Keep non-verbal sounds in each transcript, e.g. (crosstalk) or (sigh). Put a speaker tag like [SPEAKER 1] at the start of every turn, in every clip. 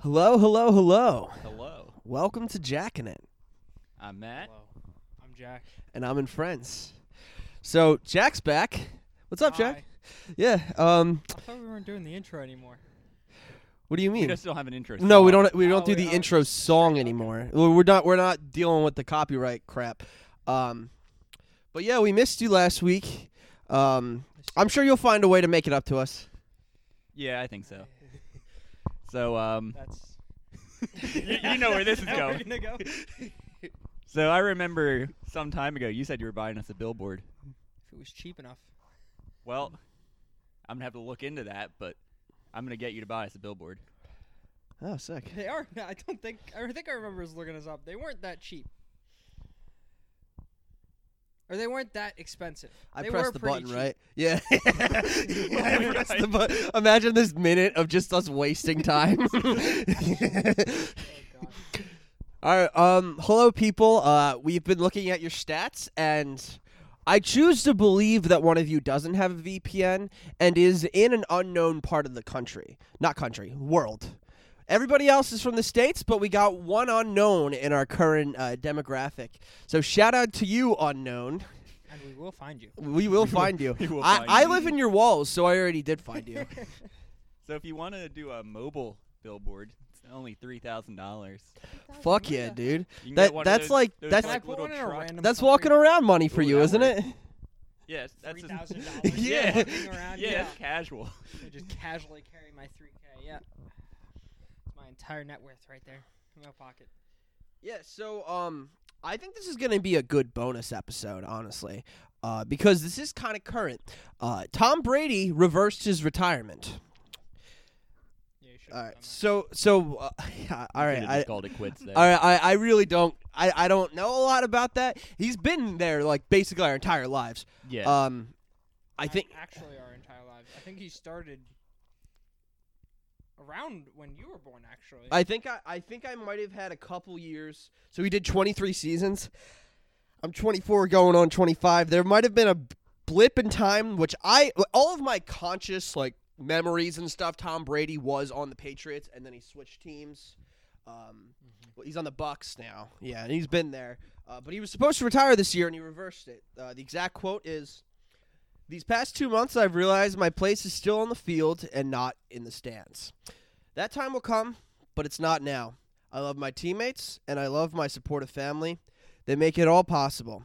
[SPEAKER 1] Hello, hello, hello.
[SPEAKER 2] Hello,
[SPEAKER 1] Welcome to Jackin' It.
[SPEAKER 2] I'm Matt.
[SPEAKER 3] Hello. I'm Jack.
[SPEAKER 1] And I'm in Friends. So Jack's back. What's up, Jack?
[SPEAKER 3] Hi.
[SPEAKER 1] Yeah. Um
[SPEAKER 3] I thought we weren't doing the intro anymore.
[SPEAKER 1] what do you
[SPEAKER 2] We
[SPEAKER 1] mean?
[SPEAKER 2] (laughs) just don't have an intro.
[SPEAKER 1] No, we
[SPEAKER 2] song.
[SPEAKER 1] don't we don't
[SPEAKER 3] Oh,
[SPEAKER 1] do
[SPEAKER 3] we
[SPEAKER 1] the
[SPEAKER 3] don't.
[SPEAKER 1] intro song anymore. Well, We're not we're not dealing with the copyright crap. Um But yeah, we missed you last week. Um I'm sure you'll find a way to make it up to us.
[SPEAKER 2] Yeah, I think so. So, um,
[SPEAKER 3] That's.
[SPEAKER 2] (laughs) you, you know where this is
[SPEAKER 3] How we're
[SPEAKER 2] going.
[SPEAKER 3] gonna (laughs) go?
[SPEAKER 2] So I remember some time ago you said you were buying us a billboard.
[SPEAKER 3] If it was cheap enough.
[SPEAKER 2] Well, I'm gonna have to look into that, but I'm gonna get you to buy us a billboard. (laughs)
[SPEAKER 1] Oh, sick.
[SPEAKER 3] They are. (laughs) I don't think. I think I remember us looking us up. They weren't that cheap. Or they weren't that expensive.
[SPEAKER 1] I
[SPEAKER 3] They were
[SPEAKER 1] pressed the
[SPEAKER 3] pretty
[SPEAKER 1] button,
[SPEAKER 3] cheap. Oh
[SPEAKER 1] right? (laughs)
[SPEAKER 3] (laughs)
[SPEAKER 1] Yeah. Yeah, I
[SPEAKER 2] Right.
[SPEAKER 1] pressed the button. Imagine this minute of just us wasting time.
[SPEAKER 3] (laughs) Oh, God.
[SPEAKER 1] (laughs) All right. Um, hello, people. Uh, we've been looking at your stats, and I choose to believe that one of you doesn't have a VPN and is in an unknown part of the country. Not country, world. Everybody else is from the States, but we got one unknown in our current uh, demographic. So, shout out to you, unknown.
[SPEAKER 3] and (laughs) we will find you.
[SPEAKER 1] We will find you.
[SPEAKER 2] We will
[SPEAKER 1] I,
[SPEAKER 2] find
[SPEAKER 1] I
[SPEAKER 2] you.
[SPEAKER 1] live in your walls, so I already did find (laughs) you.
[SPEAKER 2] So if you want to do a mobile billboard, it's only three thousand dollars.
[SPEAKER 1] Fuck yeah, dude.
[SPEAKER 2] You can
[SPEAKER 1] That-
[SPEAKER 2] get one of
[SPEAKER 1] that's
[SPEAKER 2] those-
[SPEAKER 1] like-
[SPEAKER 2] those,
[SPEAKER 1] that's-
[SPEAKER 3] Can I
[SPEAKER 2] like
[SPEAKER 3] put
[SPEAKER 2] little
[SPEAKER 3] one in a
[SPEAKER 2] trucks.
[SPEAKER 3] random?
[SPEAKER 1] That's
[SPEAKER 3] country?
[SPEAKER 1] walking around money for
[SPEAKER 2] Ooh,
[SPEAKER 1] you,
[SPEAKER 2] that
[SPEAKER 1] isn't
[SPEAKER 2] worked.
[SPEAKER 1] it? (laughs)
[SPEAKER 2] Yes, that's
[SPEAKER 3] Three
[SPEAKER 2] just- (laughs)
[SPEAKER 3] thousand dollars.
[SPEAKER 1] Yeah.
[SPEAKER 3] Walking around.
[SPEAKER 2] yeah,
[SPEAKER 3] yeah.
[SPEAKER 2] that's casual.
[SPEAKER 3] I just casually carry my 3K. Yeah. It's my entire net worth right there in my pocket.
[SPEAKER 1] Yeah, so um I think this is going to be a good bonus episode, honestly. Uh, because this is kind of current. Uh, Tom Brady reversed his retirement.
[SPEAKER 3] Yeah, you should.
[SPEAKER 1] All right. So so uh, (laughs) all right.
[SPEAKER 2] Should've
[SPEAKER 1] I,
[SPEAKER 2] just called it quits. There.
[SPEAKER 1] all right, I, I really don't I, I don't know a lot about that. He's been there like basically our entire lives.
[SPEAKER 2] Yeah.
[SPEAKER 1] Um I think
[SPEAKER 3] actually our entire lives. I think he started around when you were born. Actually,
[SPEAKER 1] I think I, I think I might have had a couple years. So he did 23 seasons. I'm 24 going on 25. There might have been a blip in time which I all of my conscious like memories and stuff Tom Brady was on the Patriots and then he switched teams. Um well, he's on the Bucks now. Yeah, and he's been there. Uh, but he was supposed to retire this year and he reversed it. Uh, the exact quote is these past two months, I've realized my place is still on the field and not in the stands. That time will come, but it's not now. I love my teammates and I love my supportive family. They make it all possible.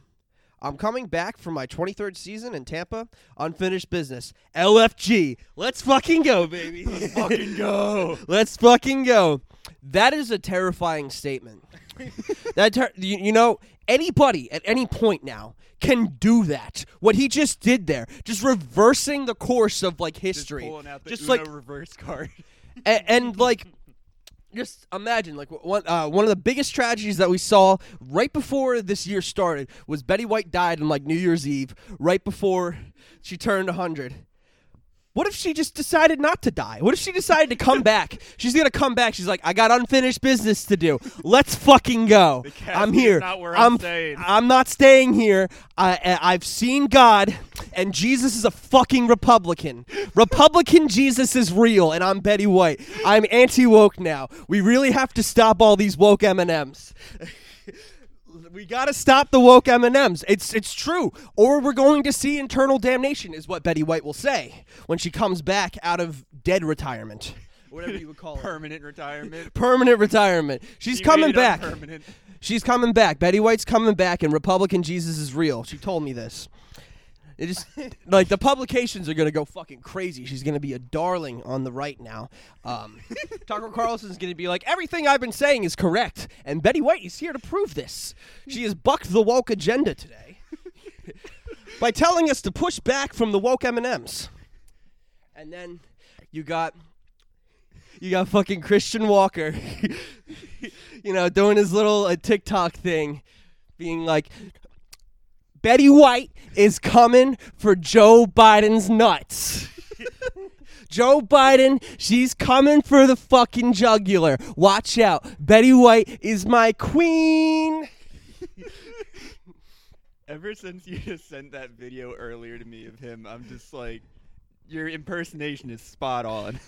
[SPEAKER 1] I'm coming back for my 23rd season in Tampa. Unfinished business. LFG. Let's fucking go, baby. (laughs) Let's
[SPEAKER 2] fucking go.
[SPEAKER 1] Let's fucking go. That is a terrifying
[SPEAKER 2] (laughs)
[SPEAKER 1] statement. that ter- you, you know, anybody at any point now can do that. What he just did there, just reversing the course of like history,
[SPEAKER 2] Just pulling out the
[SPEAKER 1] Just
[SPEAKER 2] Uno
[SPEAKER 1] like-
[SPEAKER 2] reverse card. (laughs)
[SPEAKER 1] A- and like just imagine like wh- one uh, one of the biggest tragedies that we saw right before this year started was Betty White died on like New Year's Eve right before she turned 100. What if she just decided not to die? What if she decided to come back? She's going to come back. She's like, "I got unfinished business to do. Let's fucking go.
[SPEAKER 2] casket
[SPEAKER 1] I'm
[SPEAKER 2] is
[SPEAKER 1] here.
[SPEAKER 2] not where I'm
[SPEAKER 1] I'm
[SPEAKER 2] staying."
[SPEAKER 1] I'm not staying here. I, I- I've seen God, and Jesus is a fucking Republican. Republican Jesus is real, and I'm Betty White. I'm anti woke now. We really have to stop all these woke M and M's. We gotta stop the woke M and M's. It's it's true, or we're going to see internal damnation, is what Betty White will say when she comes back out of dead retirement, whatever you would call it,
[SPEAKER 2] Permanent retirement.
[SPEAKER 1] permanent retirement. She's
[SPEAKER 2] You
[SPEAKER 1] coming
[SPEAKER 2] made it on
[SPEAKER 1] back.
[SPEAKER 2] Permanent.
[SPEAKER 1] She's coming back. Betty White's coming back, and Republican Jesus is real. She told me this. It just like the publications are gonna go fucking crazy. She's gonna be a darling on the right now. Um, Tucker Carlson's gonna be like, everything I've been saying is correct, and Betty White is here to prove this. She has bucked the woke agenda today by telling us to push back from the woke M and M's. And then you got you got fucking Christian Walker, (laughs) you know, doing his little uh, TikTok thing, being like, Betty White is coming for Joe Biden's nuts. (laughs) Joe Biden, she's coming for the fucking jugular. Watch out. Betty White is my queen.
[SPEAKER 2] Ever since you just sent that (laughs) video earlier to me of him, I'm just like, your impersonation is spot on.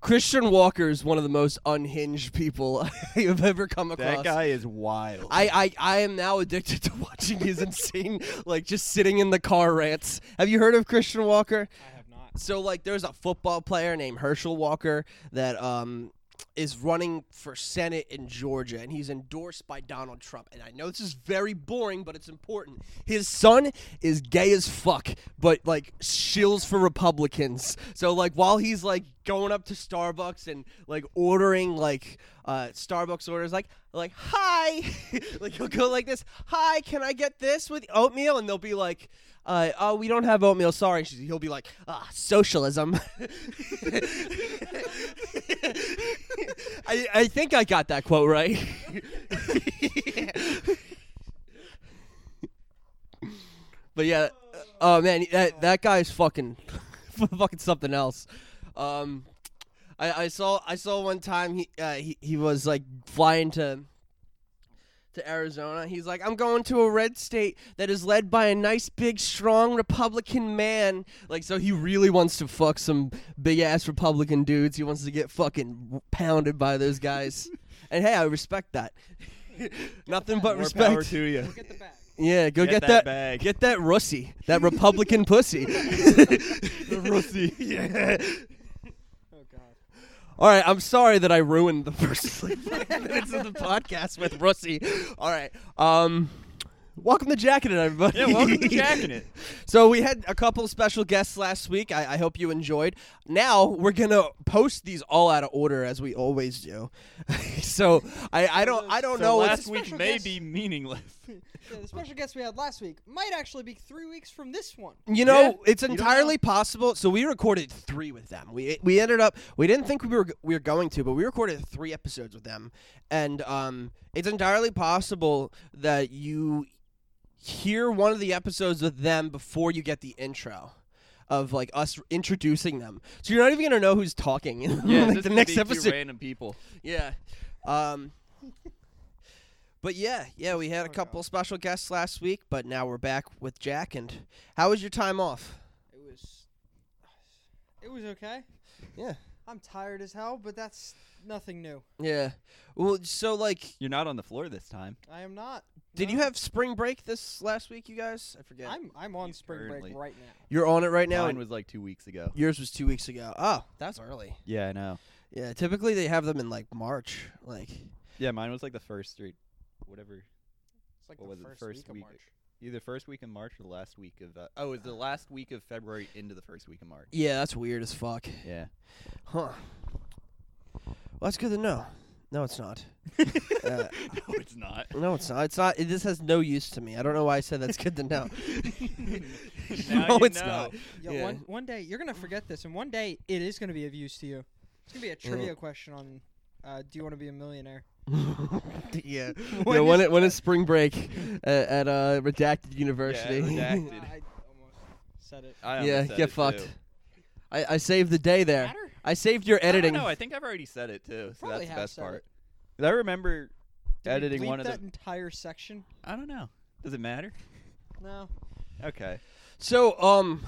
[SPEAKER 1] Christian Walker is one of the most unhinged people (laughs) I have ever come across.
[SPEAKER 4] That guy is wild.
[SPEAKER 1] I, I, I am now addicted (laughs) to watching his insane, like just sitting in the car rants. Have you heard of Christian Walker?
[SPEAKER 3] I have not.
[SPEAKER 1] So like, there's a football player named Herschel Walker that um is running for Senate in Georgia, and he's endorsed by Donald Trump. And I know this is very boring, but it's important. His son is gay as fuck, but like shills for Republicans. So like, while he's like going up to Starbucks and like ordering like uh, Starbucks orders, like like hi, (laughs) like he'll go like this, hi, can I get this with oatmeal? And they'll be like uh, oh, we don't have oatmeal. Sorry. She's, he'll be like, ah, socialism. (laughs) I, I think I got that quote right. (laughs) but yeah, oh man, that that guy's fucking, (laughs) fucking something else. Um, I, I saw I saw one time he uh, he he was like flying to to Arizona. He's like, I'm going to a red state that is led by a nice, big, strong Republican man. Like, so he really wants to fuck some big ass Republican dudes. He wants to get fucking pounded by
[SPEAKER 4] (laughs)
[SPEAKER 1] those guys. and hey, I respect that. (laughs) Nothing but
[SPEAKER 4] More
[SPEAKER 1] respect.
[SPEAKER 4] power to
[SPEAKER 2] (laughs)
[SPEAKER 4] you.
[SPEAKER 3] Look at the back.
[SPEAKER 1] yeah, go
[SPEAKER 2] Get
[SPEAKER 1] get,
[SPEAKER 2] that
[SPEAKER 1] that.
[SPEAKER 2] bag.
[SPEAKER 1] Get that russy, that Republican (laughs) pussy.
[SPEAKER 4] the
[SPEAKER 2] (laughs)
[SPEAKER 4] Russie. yeah.
[SPEAKER 3] Oh
[SPEAKER 1] (laughs)
[SPEAKER 3] God.
[SPEAKER 1] All right, I'm sorry that I ruined the first (laughs) like, five minutes of the podcast with Russie. All right, um, welcome to Jacking It, everybody.
[SPEAKER 2] Yeah, welcome
[SPEAKER 1] (laughs)
[SPEAKER 2] to jacking (laughs) it.
[SPEAKER 1] So we had a couple special guests last week. I, I hope you enjoyed. Now we're gonna post these all out of order as we always do. (laughs) so I, I don't I don't
[SPEAKER 2] So
[SPEAKER 1] know. what's-
[SPEAKER 2] last week
[SPEAKER 3] Special
[SPEAKER 2] may
[SPEAKER 3] guest.
[SPEAKER 2] be meaningless.
[SPEAKER 3] Yeah, the special guest we had last week might actually be three weeks from this one.
[SPEAKER 1] you know,
[SPEAKER 2] Yeah,
[SPEAKER 1] it's entirely possible. So we recorded three with them. We we ended up we didn't think we were we were going to, but we recorded three episodes with them, and um, it's entirely possible that you hear one of the episodes with them before you get the intro of like us introducing them. So you're not even gonna know who's talking in (laughs)
[SPEAKER 2] (laughs) (laughs) Yeah,
[SPEAKER 1] like,
[SPEAKER 2] this
[SPEAKER 1] the
[SPEAKER 2] could
[SPEAKER 1] next
[SPEAKER 2] be two
[SPEAKER 1] episode.
[SPEAKER 2] random people.
[SPEAKER 1] Yeah. Um But yeah, yeah, we had a
[SPEAKER 3] Oh,
[SPEAKER 1] couple special guests last week, but now we're back with Jack and how was your time off?
[SPEAKER 3] It was. It was okay.
[SPEAKER 1] Yeah.
[SPEAKER 3] I'm tired as hell, but that's nothing new.
[SPEAKER 1] Yeah. Well, so like
[SPEAKER 2] You're not on the floor this time.
[SPEAKER 3] I am not.
[SPEAKER 1] did
[SPEAKER 3] no.
[SPEAKER 1] you have spring break this last week, you guys? I forget.
[SPEAKER 3] I'm I'm on
[SPEAKER 2] He's
[SPEAKER 3] spring
[SPEAKER 2] currently-
[SPEAKER 3] break right now.
[SPEAKER 1] You're on it right now.
[SPEAKER 2] Mine
[SPEAKER 1] and
[SPEAKER 2] was like two weeks ago.
[SPEAKER 1] yours was 2 weeks ago. Oh, that's early.
[SPEAKER 2] Yeah, I know.
[SPEAKER 1] Yeah, typically they have them in like March, like
[SPEAKER 2] Yeah, mine was like the first three, whatever,
[SPEAKER 3] It's like
[SPEAKER 2] What was
[SPEAKER 3] the
[SPEAKER 2] it,
[SPEAKER 3] first,
[SPEAKER 2] first
[SPEAKER 3] week, of
[SPEAKER 2] week?
[SPEAKER 3] March.
[SPEAKER 2] either first week in March or the last week of. Uh, oh, it was the last week of February into the first week of March.
[SPEAKER 1] Yeah, that's weird as fuck.
[SPEAKER 2] Yeah.
[SPEAKER 1] Huh. Well, that's good to know. No, it's not. Uh,
[SPEAKER 2] no, it's (laughs) not.
[SPEAKER 1] No, it's not. It's not. It, this has no use to me. I don't know why I said that's good to
[SPEAKER 2] (laughs)
[SPEAKER 1] know.
[SPEAKER 2] Now
[SPEAKER 1] no,
[SPEAKER 2] you
[SPEAKER 1] it's
[SPEAKER 2] know.
[SPEAKER 1] not.
[SPEAKER 3] Yeah,
[SPEAKER 1] Yeah.
[SPEAKER 3] One one day you're gonna forget this, and one day it is gonna be of use to you. It's gonna be a
[SPEAKER 1] Mm.
[SPEAKER 3] trivia question on. Uh, do you want to be a millionaire?
[SPEAKER 1] (laughs) yeah.
[SPEAKER 3] When
[SPEAKER 1] yeah. When
[SPEAKER 3] is-
[SPEAKER 1] it, when is spring break uh, at uh, redacted university?
[SPEAKER 3] Uh,
[SPEAKER 2] redacted. Did-
[SPEAKER 3] I almost said it.
[SPEAKER 2] I
[SPEAKER 1] yeah.
[SPEAKER 2] almost said
[SPEAKER 1] Get
[SPEAKER 2] it,
[SPEAKER 1] fucked.
[SPEAKER 2] too.
[SPEAKER 1] I, I saved the day there.
[SPEAKER 3] Matter?
[SPEAKER 1] I saved your editing.
[SPEAKER 2] I don't know. I think I've already said it too. So
[SPEAKER 3] Probably
[SPEAKER 2] that's the
[SPEAKER 3] have
[SPEAKER 2] best
[SPEAKER 3] said
[SPEAKER 2] part.
[SPEAKER 3] it.
[SPEAKER 2] 'Cause I remember
[SPEAKER 3] Did we
[SPEAKER 2] editing
[SPEAKER 3] bleep
[SPEAKER 2] one of
[SPEAKER 3] that
[SPEAKER 2] the.
[SPEAKER 3] entire section.
[SPEAKER 2] I don't know. Does it matter?
[SPEAKER 3] No.
[SPEAKER 2] Okay.
[SPEAKER 1] So um,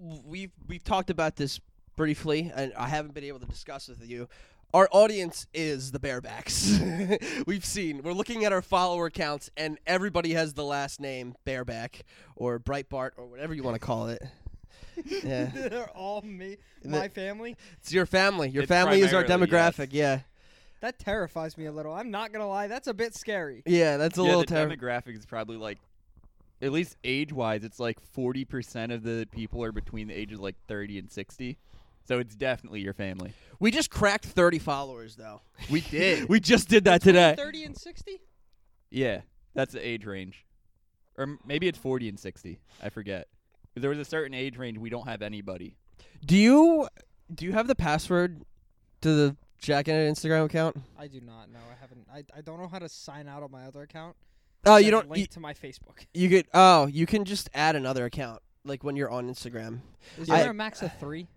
[SPEAKER 1] w- we've we've talked about this briefly, and I haven't been able to discuss with you. Our audience is the barebacks. (laughs) we've seen. We're looking at our follower counts, and everybody has the last name bareback or Breitbart or whatever you want to call it. (laughs) Yeah.
[SPEAKER 3] (laughs) They're all me,
[SPEAKER 1] The-
[SPEAKER 3] my family.
[SPEAKER 1] It's your family. Your
[SPEAKER 2] It
[SPEAKER 1] family is our
[SPEAKER 2] primarily,
[SPEAKER 1] demographic. Yeah,
[SPEAKER 3] That terrifies me a little. I'm not gonna lie, that's a bit scary.
[SPEAKER 1] yeah. That's a
[SPEAKER 2] yeah,
[SPEAKER 1] little
[SPEAKER 2] the
[SPEAKER 1] terrible.
[SPEAKER 2] demographic is probably like, at least age wise, it's like forty percent of the people are between the ages of like thirty and sixty. So it's definitely your family.
[SPEAKER 1] we just cracked thirty followers though.
[SPEAKER 2] (laughs) We did.
[SPEAKER 1] we just did that today.
[SPEAKER 3] Thirty and sixty?
[SPEAKER 2] yeah, that's the age range, or m- maybe it's forty and sixty. I forget. If there was a certain age range, we don't have anybody.
[SPEAKER 1] Do you do you have the password to the Jack and Instagram account?
[SPEAKER 3] I do not know. I haven't. I, I don't know how to sign out on my other account.
[SPEAKER 1] Oh,
[SPEAKER 3] Says
[SPEAKER 1] you don't.
[SPEAKER 3] link
[SPEAKER 1] You,
[SPEAKER 3] to
[SPEAKER 1] (laughs)
[SPEAKER 3] my Facebook.
[SPEAKER 1] you could. Oh, you can just add another account like when you're on Instagram.
[SPEAKER 3] Is
[SPEAKER 1] I-
[SPEAKER 3] there a max of three?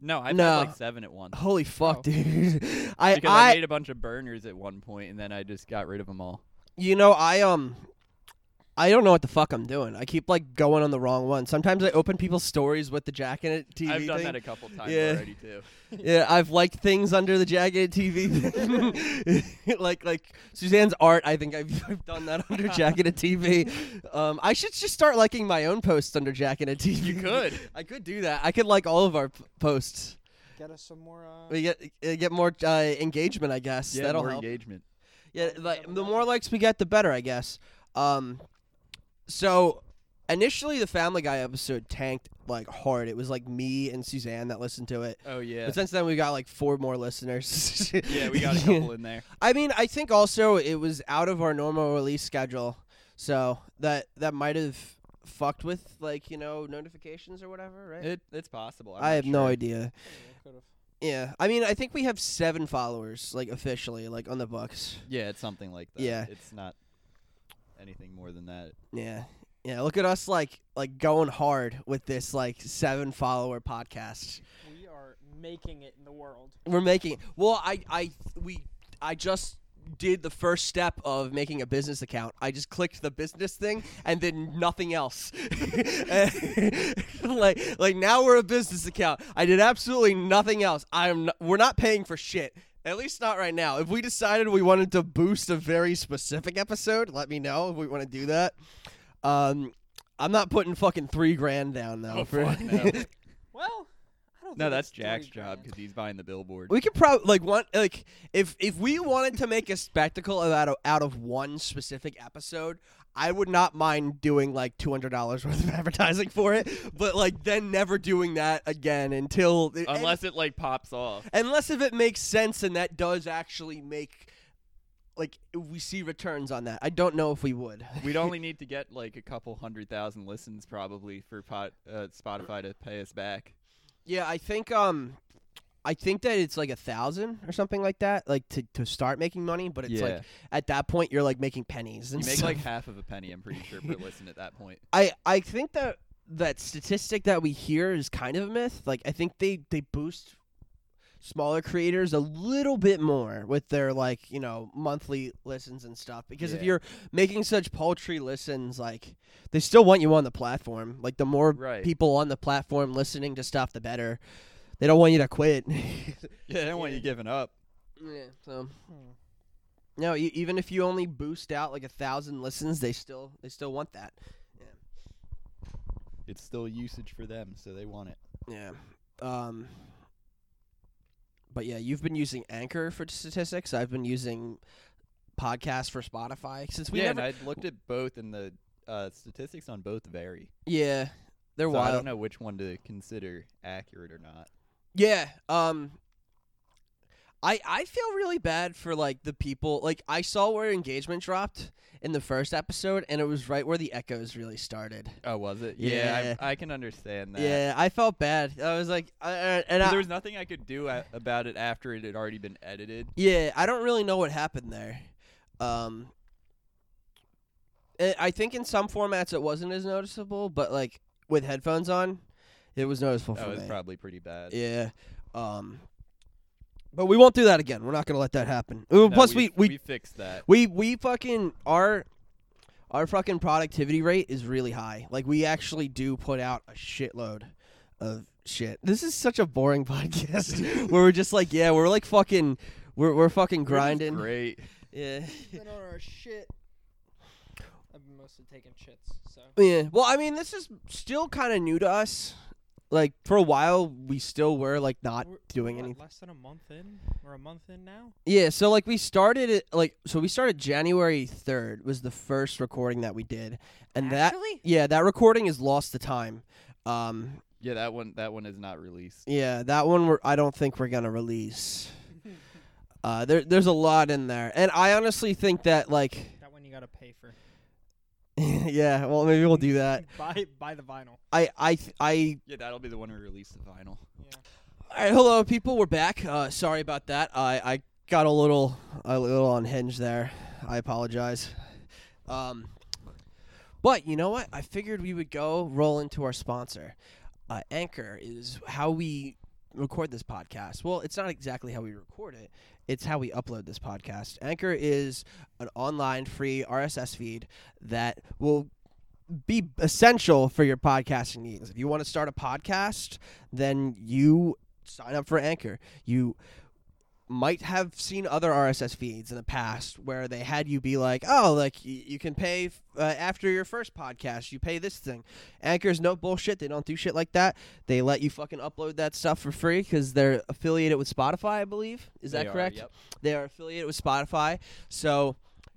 [SPEAKER 2] No, I've
[SPEAKER 1] No.
[SPEAKER 2] had like seven at (laughs) once.
[SPEAKER 1] Holy fuck,
[SPEAKER 3] Oh.
[SPEAKER 1] dude! (laughs) I
[SPEAKER 2] Because I,
[SPEAKER 1] I
[SPEAKER 2] made a bunch of burners at one point, and then I just got rid of them all.
[SPEAKER 1] you know I um I don't know what the fuck I'm doing. I keep like going on the wrong one. Sometimes I open people's stories with the Jack in it TV
[SPEAKER 2] I've done
[SPEAKER 1] thing.
[SPEAKER 2] that a couple times
[SPEAKER 1] Yeah.
[SPEAKER 2] already (laughs) too.
[SPEAKER 1] yeah, I've liked things under the Jack in it TV. thing. (laughs) like like Suzanne's art. I think I've, I've done that
[SPEAKER 2] (laughs)
[SPEAKER 1] under Jack in it TV. Um, I should just start liking my own posts under Jack in it TV.
[SPEAKER 2] You could.
[SPEAKER 1] (laughs) I could do that. I could like all of our p- posts.
[SPEAKER 3] Get us some more. Uh,
[SPEAKER 1] We get uh, get more uh, engagement, I guess.
[SPEAKER 2] Yeah,
[SPEAKER 1] That'll
[SPEAKER 2] more
[SPEAKER 1] help.
[SPEAKER 2] engagement.
[SPEAKER 1] Yeah, like the more likes we get, the better, I guess. Um, so initially, the Family Guy episode tanked like hard. It was like me and Suzanne that listened to it.
[SPEAKER 2] Oh yeah.
[SPEAKER 1] But since then, we got like four more listeners.
[SPEAKER 2] (laughs) Yeah,
[SPEAKER 1] (laughs)
[SPEAKER 2] we got a couple in there.
[SPEAKER 1] I mean, I think also it was out of our normal release schedule, so that that might have fucked with like you know notifications or whatever, right?
[SPEAKER 2] It, it's possible. I'm
[SPEAKER 1] I
[SPEAKER 2] not
[SPEAKER 1] have no
[SPEAKER 2] sure.
[SPEAKER 1] idea. Yeah, I mean, I think we have seven followers, like officially, like on the books.
[SPEAKER 2] Yeah, it's something like that.
[SPEAKER 1] Yeah.
[SPEAKER 2] It's not anything more than that.
[SPEAKER 1] Yeah. Yeah, look at us like like going hard with this like seven follower podcast.
[SPEAKER 3] we are making it in the world.
[SPEAKER 1] We're making well, I I we I just did the first step of making a business account. I just clicked the business thing and then nothing else. (laughs) like like now we're a business account. I did absolutely nothing else. I'm not, we're not paying for shit. At least not right now. If we decided we wanted to boost a very specific episode, let me know if we want to do that. Um I'm not putting fucking three grand down though.
[SPEAKER 2] Oh,
[SPEAKER 1] for-
[SPEAKER 2] fuck no.
[SPEAKER 1] (laughs)
[SPEAKER 3] Well, I don't.
[SPEAKER 2] No,
[SPEAKER 3] think
[SPEAKER 2] that's
[SPEAKER 3] it's three
[SPEAKER 2] Jack's job
[SPEAKER 3] grand.
[SPEAKER 2] because he's buying the billboard.
[SPEAKER 1] We could probably like one like if if we wanted to make a spectacle of out of out of one specific episode, I would not mind doing like two hundred dollars worth of (laughs) advertising for it, but like then never doing that again until
[SPEAKER 2] Unless it like pops off.
[SPEAKER 1] unless if it makes sense and that does actually make like we see returns on that. I don't know if we would.
[SPEAKER 2] We'd (laughs) only need to get like a couple hundred thousand listens probably for pot, uh, Spotify to pay us back.
[SPEAKER 1] (laughs) Yeah, I think um I think that it's like a thousand or something like that, like to, to start making money, but it's
[SPEAKER 2] Yeah.
[SPEAKER 1] like at that point you're like making pennies and
[SPEAKER 2] You make
[SPEAKER 1] so-
[SPEAKER 2] like half of a penny, I'm pretty sure, (laughs) per listen at that point.
[SPEAKER 1] I I think that that statistic that we hear is kind of a myth. Like I think they they boost smaller creators a little bit more with their like you know monthly listens and stuff because if
[SPEAKER 2] Yeah.
[SPEAKER 1] you're making such paltry listens like they still want you on the platform like the more
[SPEAKER 2] Right.
[SPEAKER 1] people on the platform listening to stuff the better they don't want you to quit (laughs)
[SPEAKER 2] Yeah, I don't want you giving up.
[SPEAKER 1] yeah so no Hmm. e- even if you only boost out like a thousand listens they still they still want that
[SPEAKER 2] It's still usage for them, so they want it.
[SPEAKER 1] Yeah. Um But yeah, you've been using Anchor for statistics. I've been using podcasts for Spotify since we
[SPEAKER 2] yeah,
[SPEAKER 1] never
[SPEAKER 2] and I looked at both, and the uh, statistics on both vary.
[SPEAKER 1] Yeah. They're
[SPEAKER 2] So I
[SPEAKER 1] wild.
[SPEAKER 2] don't know which one to consider accurate or not.
[SPEAKER 1] Yeah. Um I I feel really bad for like the people like I saw where engagement dropped in the first episode and it was right where the echoes really started.
[SPEAKER 2] Oh, was it?
[SPEAKER 1] Yeah.
[SPEAKER 2] I, I can understand that.
[SPEAKER 1] Yeah, I felt bad. I was like I, I- and
[SPEAKER 2] But
[SPEAKER 1] I,
[SPEAKER 2] there was nothing I could do a- about it after it had already been edited.
[SPEAKER 1] Yeah, I don't really know what happened there. Um, eh, I I think in some formats it wasn't as noticeable, but like with headphones on, it was noticeable
[SPEAKER 2] That
[SPEAKER 1] for
[SPEAKER 2] was
[SPEAKER 1] me.
[SPEAKER 2] probably pretty bad.
[SPEAKER 1] yeah. Um, but we won't do that again. We're not gonna let that happen. Uh,
[SPEAKER 2] No,
[SPEAKER 1] Plus, we we,
[SPEAKER 2] we fixed that.
[SPEAKER 1] we we fucking our our fucking productivity rate is really high. Like we actually do put out a shitload of shit. This is such a boring (laughs) podcast where we're just like, yeah, we're like fucking we're we're fucking
[SPEAKER 2] We're just
[SPEAKER 1] grinding.
[SPEAKER 2] Great.
[SPEAKER 1] yeah.
[SPEAKER 3] Been on our shit. I've been mostly taking shits, so
[SPEAKER 1] Yeah. Well, I mean, this is still kind of new to us. Like for a while we still were like not
[SPEAKER 3] We're-
[SPEAKER 1] doing
[SPEAKER 3] what,
[SPEAKER 1] anything.
[SPEAKER 3] Less than a month in. We're a month in now.
[SPEAKER 1] Yeah, so like we started it like so we started January 3rd was the first recording that we did. And that
[SPEAKER 3] Actually?
[SPEAKER 1] Yeah, that recording is lost to time. Um,
[SPEAKER 2] Yeah, that one. That one is not released.
[SPEAKER 1] yeah, that one we're, I don't think we're gonna release. Uh, there, there's a lot in there, and I honestly think that like, (laughs)
[SPEAKER 3] That one you gotta pay
[SPEAKER 2] (laughs)
[SPEAKER 3] for.
[SPEAKER 1] yeah, well maybe we'll do that.
[SPEAKER 3] (laughs) buy buy the vinyl.
[SPEAKER 1] I, I, I.
[SPEAKER 2] Yeah, that'll be the one we release the vinyl.
[SPEAKER 3] Yeah.
[SPEAKER 1] All right, hello people, we're back. Uh, sorry about that. I, I got a little, a little unhinged there. I apologize. Um, but you know what? I figured we would go roll into our sponsor. Uh, Anchor is how we record this podcast. Well, it's not exactly how we record it, it's how we upload this podcast. Anchor is an online free RSS feed that will be essential for your podcasting needs. If you want to start a podcast, then you sign up for Anchor. You might have seen other RSS feeds in the past where they had you be like, oh, like y- you can pay f- uh, after your first podcast, you pay this thing. Anchor's no bullshit. They don't do shit like that. They let you fucking upload that stuff for free because they're affiliated with Spotify, I believe. Is that
[SPEAKER 2] They are,
[SPEAKER 1] correct?
[SPEAKER 2] yep.
[SPEAKER 1] They are affiliated with Spotify. So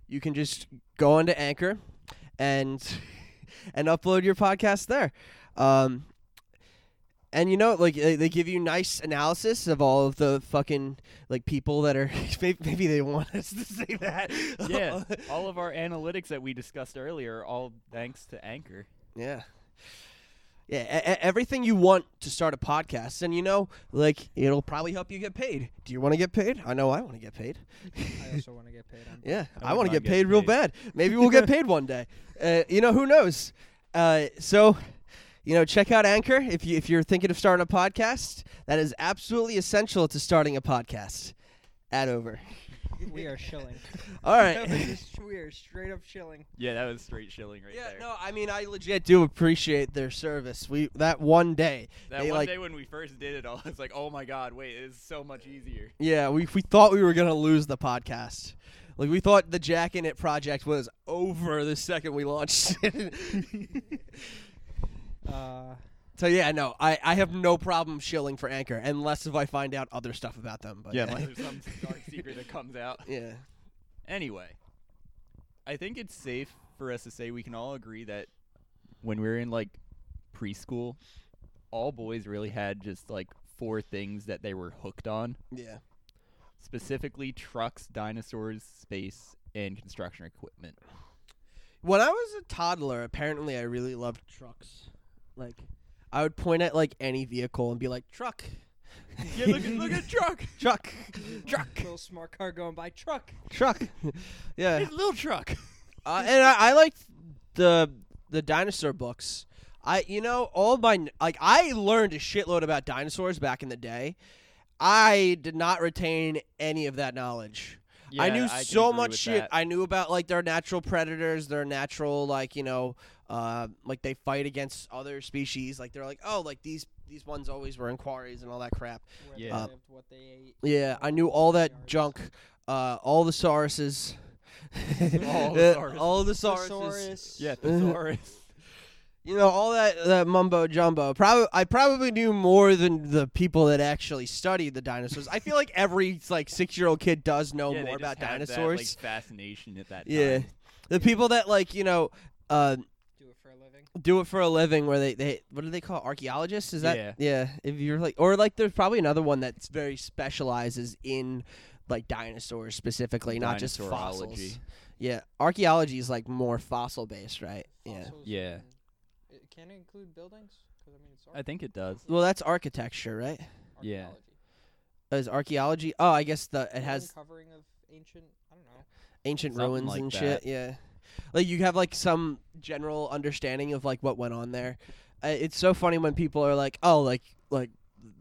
[SPEAKER 1] you can just go onto Anchor and (laughs) and upload your podcast there. Um, and you know, like they, they give you nice analysis of all of the fucking like people that are (laughs) maybe, maybe they want (laughs) us to say that.
[SPEAKER 2] (laughs) yeah, all of our analytics that we discussed earlier, are all thanks to Anchor.
[SPEAKER 1] (laughs) Yeah. Yeah, e- e- everything you want to start a podcast, and you know, like it'll probably help you get paid. Do you want to get paid? I know I want to get paid.
[SPEAKER 3] I also want to get paid.
[SPEAKER 2] (laughs)
[SPEAKER 3] On.
[SPEAKER 1] Yeah, I
[SPEAKER 2] I wouldn't
[SPEAKER 1] want to
[SPEAKER 2] mind
[SPEAKER 1] get
[SPEAKER 2] getting
[SPEAKER 1] paid real
[SPEAKER 2] paid.
[SPEAKER 1] bad. Maybe we'll get paid one
[SPEAKER 2] (laughs)
[SPEAKER 1] day. Uh, you know, who knows? Uh, so, you know, check out Anchor if you if you're thinking of starting a podcast. That is absolutely essential to starting a podcast. Ad
[SPEAKER 2] (laughs)
[SPEAKER 1] over.
[SPEAKER 3] We are shilling. (laughs)
[SPEAKER 1] All
[SPEAKER 3] That was
[SPEAKER 1] right.
[SPEAKER 3] just- we are straight up shilling.
[SPEAKER 2] Yeah, that was straight shilling
[SPEAKER 1] (laughs)
[SPEAKER 2] right
[SPEAKER 1] Yeah,
[SPEAKER 2] there.
[SPEAKER 1] no, I mean, I legit do appreciate their service. We that one day
[SPEAKER 2] that
[SPEAKER 1] they
[SPEAKER 2] one
[SPEAKER 1] like
[SPEAKER 2] day when we first did it all, it's like, oh my god, wait, it's so much easier.
[SPEAKER 1] Yeah, we we thought we were gonna lose the podcast. Like we thought the Jack in It project was over the second we launched it.
[SPEAKER 2] (laughs)
[SPEAKER 1] (laughs)
[SPEAKER 3] Uh,
[SPEAKER 1] so yeah, no, I, I have no problem shilling for Anchor unless if I find out other stuff about them. But
[SPEAKER 2] Unless there's some dark secret that comes out.
[SPEAKER 1] (laughs) yeah,
[SPEAKER 2] Anyway, I think it's safe for us to say we can all agree that when we were in like preschool, all boys really had just like four things that they were hooked on.
[SPEAKER 1] yeah,
[SPEAKER 2] specifically trucks, dinosaurs, space, and construction equipment.
[SPEAKER 1] When I was a toddler, apparently I really loved trucks. Like I would point at like any vehicle and be like truck.
[SPEAKER 2] Yeah, look at- look at
[SPEAKER 1] truck, (laughs) truck, truck,
[SPEAKER 3] little smart car going by truck.
[SPEAKER 1] truck. (laughs) yeah,
[SPEAKER 2] little truck.
[SPEAKER 1] uh, and I, I liked the the dinosaur books. I you know all my like I learned a shitload about dinosaurs back in the day. I did not retain any of that knowledge. I knew so much shit. I knew about like their natural predators, their natural like you know, uh, like they fight against other species. Like they're like oh like these these ones always were in quarries and all that crap.
[SPEAKER 3] Where
[SPEAKER 2] Yeah.
[SPEAKER 3] they
[SPEAKER 1] Uh,
[SPEAKER 3] lived, what they ate.
[SPEAKER 1] Yeah, I knew all that
[SPEAKER 3] Yards.
[SPEAKER 1] junk. Uh, all the sauruses. (laughs)
[SPEAKER 2] (laughs) All the sauruses.
[SPEAKER 1] all the sauruses.
[SPEAKER 3] Thesaurus.
[SPEAKER 2] (laughs) yeah, thesaurus.
[SPEAKER 1] you know all that that mumbo jumbo. Probably I probably knew more than the people that actually studied the dinosaurs. I feel like every like six year old kid does know
[SPEAKER 2] Yeah, they
[SPEAKER 1] more
[SPEAKER 2] just
[SPEAKER 1] about
[SPEAKER 2] had that,
[SPEAKER 1] dinosaurs.
[SPEAKER 2] like, fascination at that time.
[SPEAKER 1] yeah, the people that like you know uh,
[SPEAKER 3] Do it for a living.
[SPEAKER 1] do it for a living, where they they what do they call it? archaeologists? Is that
[SPEAKER 2] Yeah.
[SPEAKER 1] If you're like or like there's probably another one that's very specializes in like dinosaurs specifically, not just fossils.
[SPEAKER 2] Dinosaurology.
[SPEAKER 1] Yeah, archaeology is like more fossil based, right? Yeah.
[SPEAKER 3] Fossils
[SPEAKER 2] Yeah.
[SPEAKER 3] and- uh, It, can it include buildings? 'Cause, I mean, it's
[SPEAKER 2] I think it does.
[SPEAKER 1] Well, that's architecture, right?
[SPEAKER 3] arch-
[SPEAKER 2] yeah.
[SPEAKER 3] archaeology.
[SPEAKER 1] Is archaeology? Oh, I guess the it has
[SPEAKER 3] covering of ancient. I don't know.
[SPEAKER 1] ancient
[SPEAKER 2] Something
[SPEAKER 1] ruins
[SPEAKER 2] like
[SPEAKER 1] and shit.
[SPEAKER 2] that.
[SPEAKER 1] Yeah, like you have like some general understanding of like what went on there. Uh, it's so funny when people are like, "Oh, like like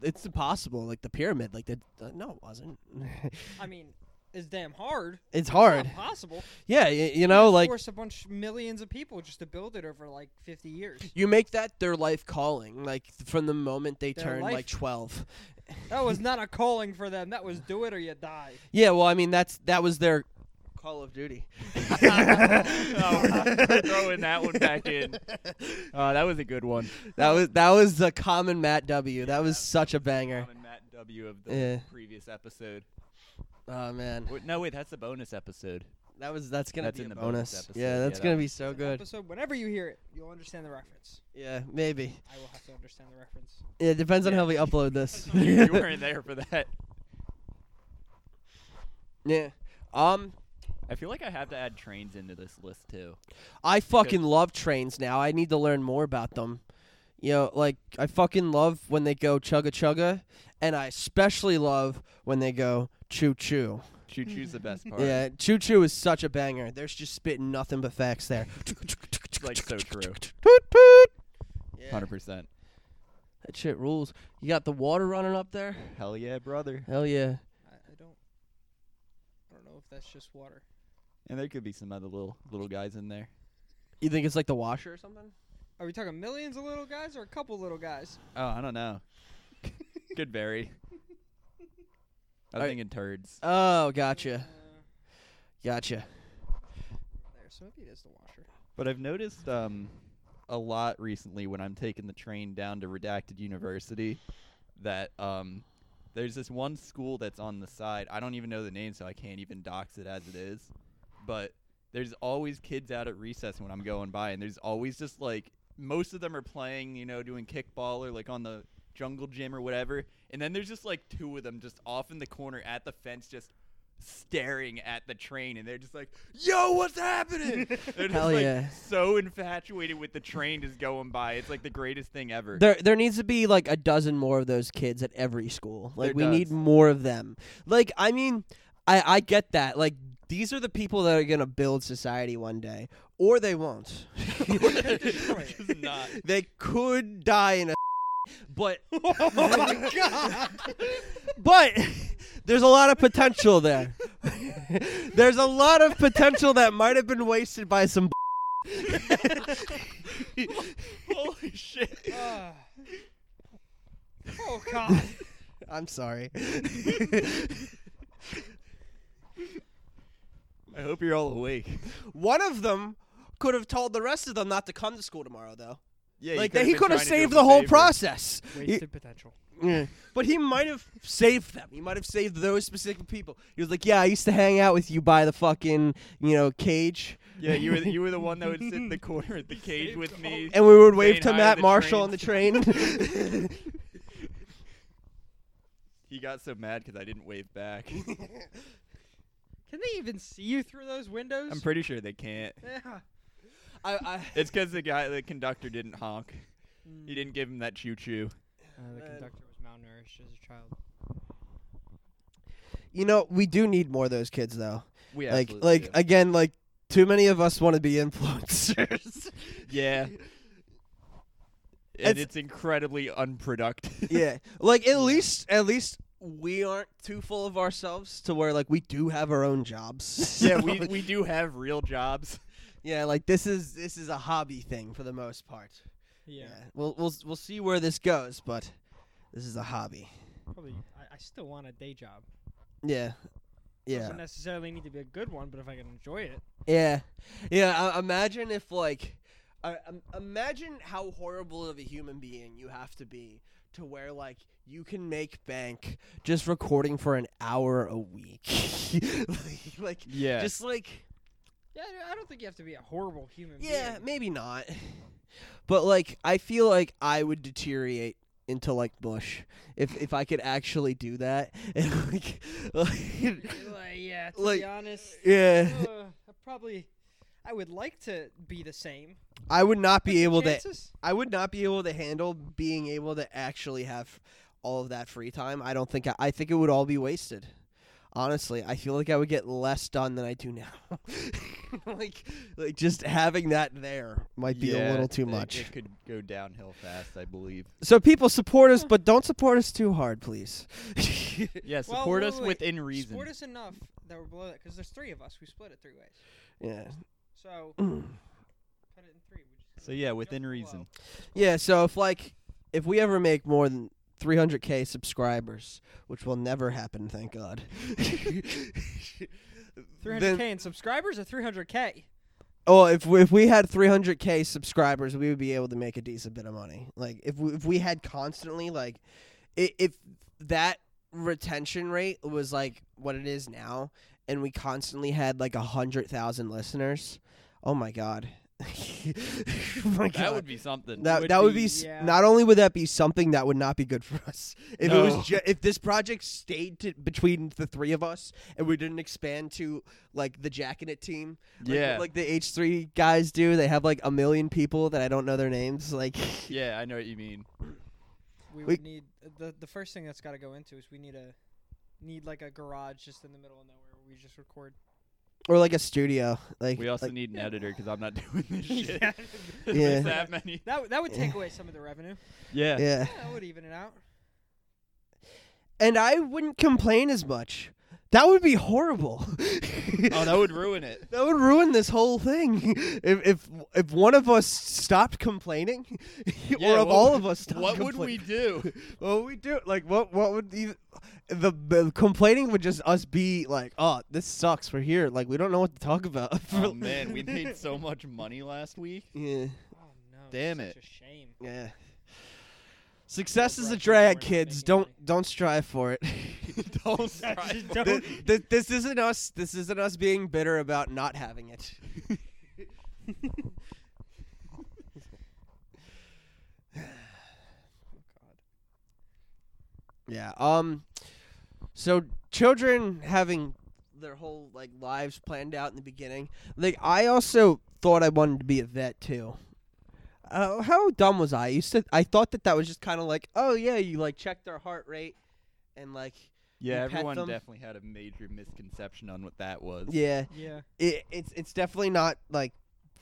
[SPEAKER 1] it's impossible, like the pyramid, like the uh, no, it wasn't. (laughs)
[SPEAKER 3] I mean, it's damn hard.
[SPEAKER 1] it's
[SPEAKER 3] It's
[SPEAKER 1] hard.
[SPEAKER 3] not possible.
[SPEAKER 1] Yeah, you, you know, like
[SPEAKER 3] force a bunch millions of people just to build it over like 50 years.
[SPEAKER 1] you make that their life calling, like from the moment they
[SPEAKER 3] Their
[SPEAKER 1] turn
[SPEAKER 3] life-
[SPEAKER 1] like twelve.
[SPEAKER 3] That was not a calling for them. That was do it or you die.
[SPEAKER 1] Yeah, well, I mean that's that was their Call of
[SPEAKER 2] (laughs)
[SPEAKER 1] Duty.
[SPEAKER 2] Oh, throwing that one back in. Uh, that was a good one.
[SPEAKER 1] That was that was the common Matt W. That was such a banger.
[SPEAKER 2] Common Matt W of the
[SPEAKER 1] Yeah.
[SPEAKER 2] previous episode.
[SPEAKER 1] Oh man,
[SPEAKER 2] Wait, no, wait, that's the bonus episode.
[SPEAKER 1] (laughs) that was that's gonna
[SPEAKER 2] That's
[SPEAKER 1] be
[SPEAKER 2] in
[SPEAKER 1] a
[SPEAKER 2] the bonus
[SPEAKER 1] bonus.
[SPEAKER 2] episode.
[SPEAKER 1] yeah,
[SPEAKER 2] Yeah,
[SPEAKER 1] that's
[SPEAKER 2] that
[SPEAKER 1] gonna
[SPEAKER 2] one.
[SPEAKER 1] be so good.
[SPEAKER 3] Episode, whenever you hear it, you'll understand the reference.
[SPEAKER 1] Yeah, maybe.
[SPEAKER 3] I will have to understand the reference.
[SPEAKER 1] Yeah, it depends on
[SPEAKER 2] Yeah.
[SPEAKER 1] how we upload this.
[SPEAKER 2] you, (laughs) you weren't there for that.
[SPEAKER 1] (laughs) yeah. Um,
[SPEAKER 2] I feel like I have to add trains into this list too.
[SPEAKER 1] I fucking love trains now. I need to learn more about them. You know, like I fucking love when they go chugga chugga, and I especially love when they go choo choo.
[SPEAKER 2] Choo choo's the best part.
[SPEAKER 1] Yeah, choo choo is such a banger. There's just spitting nothing but facts there. (laughs)
[SPEAKER 2] Like so true.
[SPEAKER 1] Toot, toot. Yeah.
[SPEAKER 2] Hundred percent.
[SPEAKER 1] That shit rules. You got the water running up there?
[SPEAKER 2] Hell yeah, brother.
[SPEAKER 1] Hell yeah.
[SPEAKER 3] I, I don't. I don't know if that's just water.
[SPEAKER 2] And there could be some other little little guys in there.
[SPEAKER 1] You think it's like the washer or something?
[SPEAKER 3] Are we talking millions of little guys or a couple little guys?
[SPEAKER 2] Oh, I
[SPEAKER 1] (laughs)
[SPEAKER 2] don't know. could vary. I'm
[SPEAKER 1] Alright.
[SPEAKER 2] thinking turds.
[SPEAKER 1] Oh, gotcha.
[SPEAKER 3] Uh,
[SPEAKER 1] Gotcha.
[SPEAKER 3] there, so maybe it is the washer.
[SPEAKER 2] But I've noticed um, a lot recently when I'm taking the train down to Redacted University that um, there's this one school that's on the side. I don't even know the name, so I can't even dox it as it is. But there's always kids out at recess when I'm going by, and there's always just like most of them are playing, you know, doing kickball or like on the jungle gym or whatever. And then there's just like two of them just off in the corner at the fence, just staring at the train, and they're just like, "Yo, what's happening?" they're just
[SPEAKER 1] Hell
[SPEAKER 2] like
[SPEAKER 1] yeah.
[SPEAKER 2] so infatuated with the train just going by. It's like the greatest thing
[SPEAKER 1] (laughs)
[SPEAKER 2] ever. (laughs)
[SPEAKER 1] There, there needs to be like a dozen more of those kids at every school. Like
[SPEAKER 2] There
[SPEAKER 1] we need
[SPEAKER 2] does.
[SPEAKER 1] more of them. Like I mean, I I get that. Like these are the people that are gonna build society one day, or they
[SPEAKER 2] (laughs)
[SPEAKER 1] won't. (laughs)
[SPEAKER 3] destroy it.
[SPEAKER 2] Just not.
[SPEAKER 1] they could die in a, (laughs) but
[SPEAKER 3] (laughs) oh
[SPEAKER 1] (laughs)
[SPEAKER 3] my god!
[SPEAKER 1] but (laughs) there's a lot of potential there. (laughs) there's a lot of potential that might have been wasted by some.
[SPEAKER 2] Holy
[SPEAKER 3] (sighs)
[SPEAKER 2] shit.
[SPEAKER 3] Ah. oh (laughs) god!
[SPEAKER 1] I'm sorry. (laughs)
[SPEAKER 2] I hope you're all awake.
[SPEAKER 1] One of them could have told the rest of them not to come to school tomorrow, though.
[SPEAKER 2] Yeah, you
[SPEAKER 1] like
[SPEAKER 2] could've
[SPEAKER 1] he
[SPEAKER 2] been
[SPEAKER 1] could have
[SPEAKER 2] trying to do
[SPEAKER 1] saved
[SPEAKER 2] him a
[SPEAKER 1] the whole
[SPEAKER 2] favor.
[SPEAKER 1] process. He-
[SPEAKER 3] Wasted potential.
[SPEAKER 1] Yeah. But he might have saved them. He might have saved those specific people. He was like, "Yeah, I used to hang out with you by the fucking, you know, cage,
[SPEAKER 2] Yeah, you were the, you were the one that would sit
[SPEAKER 1] (laughs)
[SPEAKER 2] in the corner at the cage with me.
[SPEAKER 1] and we would wave
[SPEAKER 2] Saying
[SPEAKER 1] to
[SPEAKER 2] hi to
[SPEAKER 1] Matt
[SPEAKER 2] the
[SPEAKER 1] Marshall on the train."
[SPEAKER 2] (laughs)
[SPEAKER 1] (laughs)
[SPEAKER 2] He got so mad because I didn't wave back.
[SPEAKER 3] Can they even see you through those windows?
[SPEAKER 2] I'm pretty sure they can't.
[SPEAKER 3] (laughs) yeah. Oh,
[SPEAKER 1] I, I,
[SPEAKER 2] It's because the guy, the conductor, didn't honk.
[SPEAKER 1] Mm.
[SPEAKER 2] He didn't give him that choo choo.
[SPEAKER 3] the
[SPEAKER 1] Man.
[SPEAKER 3] conductor was malnourished as a child.
[SPEAKER 1] you know, we do need more of those kids, though.
[SPEAKER 2] We
[SPEAKER 1] like,
[SPEAKER 2] absolutely
[SPEAKER 1] like
[SPEAKER 2] do.
[SPEAKER 1] again, like too many of us want to be influencers. (laughs)
[SPEAKER 2] (laughs) yeah. And
[SPEAKER 1] It's-
[SPEAKER 2] it's, incredibly
[SPEAKER 1] (laughs)
[SPEAKER 2] unproductive.
[SPEAKER 1] yeah, like at least, at least we aren't too full of ourselves to where like we do have our own jobs.
[SPEAKER 2] (laughs)
[SPEAKER 1] (laughs)
[SPEAKER 2] yeah, we, we do have real jobs.
[SPEAKER 1] yeah, like this is this is a hobby thing for the most part.
[SPEAKER 3] Yeah.
[SPEAKER 1] Yeah. We'll we'll we'll see where this goes, but this is a hobby.
[SPEAKER 3] Probably. I, I still want a day job.
[SPEAKER 1] Yeah.
[SPEAKER 3] Doesn't
[SPEAKER 1] Yeah.
[SPEAKER 3] necessarily need to be a good one, but if I can enjoy it.
[SPEAKER 1] Yeah. Yeah, I, imagine if like I um, imagine how horrible of a human being you have to be to where like you can make bank just recording for an hour a week. (laughs) like, like
[SPEAKER 2] Yeah.
[SPEAKER 1] just like
[SPEAKER 3] Yeah, I don't think you have to be a horrible human
[SPEAKER 1] yeah,
[SPEAKER 3] being.
[SPEAKER 1] maybe not. But like I feel like I would deteriorate into like mush if if I could actually do that (laughs) and like, like
[SPEAKER 3] Like, yeah,
[SPEAKER 1] (laughs)
[SPEAKER 3] to
[SPEAKER 1] Like,
[SPEAKER 3] be honest,
[SPEAKER 1] yeah.
[SPEAKER 3] uh, I probably, I would like to be the same.
[SPEAKER 1] I would not
[SPEAKER 3] but
[SPEAKER 1] be
[SPEAKER 3] the
[SPEAKER 1] able to.
[SPEAKER 3] chances,
[SPEAKER 1] I would not be able to handle being able to actually have all of that free time. I don't think. I, I think it would all be wasted. Honestly, I feel like I would get less done than I do now. (laughs) like, like just having that there might be a little too much.
[SPEAKER 2] It could go downhill fast, I believe.
[SPEAKER 1] So people support us, but don't support us too hard, please. (laughs)
[SPEAKER 2] Yeah,
[SPEAKER 3] Well,
[SPEAKER 2] support
[SPEAKER 3] wait,
[SPEAKER 2] us
[SPEAKER 3] wait, wait.
[SPEAKER 2] within reason.
[SPEAKER 3] Support us enough that we're below that because there's three of us. We split it three ways.
[SPEAKER 1] yeah.
[SPEAKER 3] So cut it in three. We just
[SPEAKER 2] So yeah,
[SPEAKER 3] jump
[SPEAKER 2] within
[SPEAKER 3] below.
[SPEAKER 2] reason.
[SPEAKER 1] Yeah, so if like if we ever make more than 300k subscribers, which will never happen, thank God.
[SPEAKER 3] 300k
[SPEAKER 1] Then,
[SPEAKER 3] in subscribers or 300k?
[SPEAKER 1] oh, if we, if we had 300k subscribers, we would be able to make a decent bit of money. Like if we, if we had constantly like i- if that retention rate was like what it is now and we constantly had like a 100,000 listeners, oh my god. (laughs) Oh (laughs) my
[SPEAKER 2] That
[SPEAKER 1] God.
[SPEAKER 2] would be something.
[SPEAKER 1] That
[SPEAKER 3] would
[SPEAKER 1] that would
[SPEAKER 3] be-
[SPEAKER 1] be s
[SPEAKER 3] yeah.
[SPEAKER 1] not only would that be something that would not be good for us (laughs) if it
[SPEAKER 2] No.
[SPEAKER 1] was ju- if this project stayed to, between the three of us and we didn't expand to like the Jack in It team like, what,
[SPEAKER 2] yeah.
[SPEAKER 1] like the H three guys do they have like a million people that I don't know their names like
[SPEAKER 2] (laughs)
[SPEAKER 1] (laughs)
[SPEAKER 2] yeah, I know what you mean.
[SPEAKER 3] We,
[SPEAKER 1] We-
[SPEAKER 3] would need the the first thing that's got to go into is we need a need like a garage just in the middle of nowhere where we just record.
[SPEAKER 1] or like a studio. Like
[SPEAKER 2] We also
[SPEAKER 1] like- (laughs)
[SPEAKER 2] need an editor because I'm not (laughs) doing this shit.
[SPEAKER 3] yeah.
[SPEAKER 2] There's
[SPEAKER 1] yeah,
[SPEAKER 2] that many.
[SPEAKER 3] That w- that would
[SPEAKER 1] (laughs)
[SPEAKER 3] take away some of the revenue.
[SPEAKER 2] Yeah.
[SPEAKER 1] yeah.
[SPEAKER 3] Yeah, that would even it out.
[SPEAKER 1] And I wouldn't complain as much. That would be horrible. (laughs)
[SPEAKER 2] Oh, that would ruin it.
[SPEAKER 1] That would ruin this whole thing. (laughs) If if if one of us stopped complaining, (laughs)
[SPEAKER 2] Yeah,
[SPEAKER 1] or if
[SPEAKER 2] what
[SPEAKER 1] all
[SPEAKER 2] would-
[SPEAKER 1] of us stopped
[SPEAKER 2] What would
[SPEAKER 1] complaining.
[SPEAKER 2] we do?
[SPEAKER 1] What would we do? Like, what? What would even the, the complaining would just us be like, oh, this sucks. We're here. Like, we don't know what to talk about. (laughs)
[SPEAKER 2] oh man, (laughs) we made so much money last week.
[SPEAKER 1] yeah,
[SPEAKER 3] Oh no!
[SPEAKER 2] Damn
[SPEAKER 3] such
[SPEAKER 2] it.
[SPEAKER 3] A shame.
[SPEAKER 1] yeah. Success is a
[SPEAKER 3] Right,
[SPEAKER 1] drag,
[SPEAKER 3] we're not
[SPEAKER 1] kids.
[SPEAKER 3] making
[SPEAKER 1] Don't
[SPEAKER 3] money.
[SPEAKER 1] don't strive for it.
[SPEAKER 2] (laughs) (laughs) Don't strive
[SPEAKER 3] Just
[SPEAKER 2] for
[SPEAKER 3] don't-
[SPEAKER 1] Th-
[SPEAKER 2] it.
[SPEAKER 1] th- this isn't us. This isn't us being bitter about not having it. Yeah. Um. So children having their whole like lives planned out in the beginning. Like I also thought I wanted to be a vet too. Uh, how dumb was I? I used to I thought that that was just kind of like, oh yeah, you like check their heart rate, and like
[SPEAKER 2] Yeah,
[SPEAKER 1] You pet
[SPEAKER 2] everyone
[SPEAKER 1] them?
[SPEAKER 2] definitely had a major misconception on what that was.
[SPEAKER 1] yeah,
[SPEAKER 3] Yeah.
[SPEAKER 1] it, it's it's definitely not like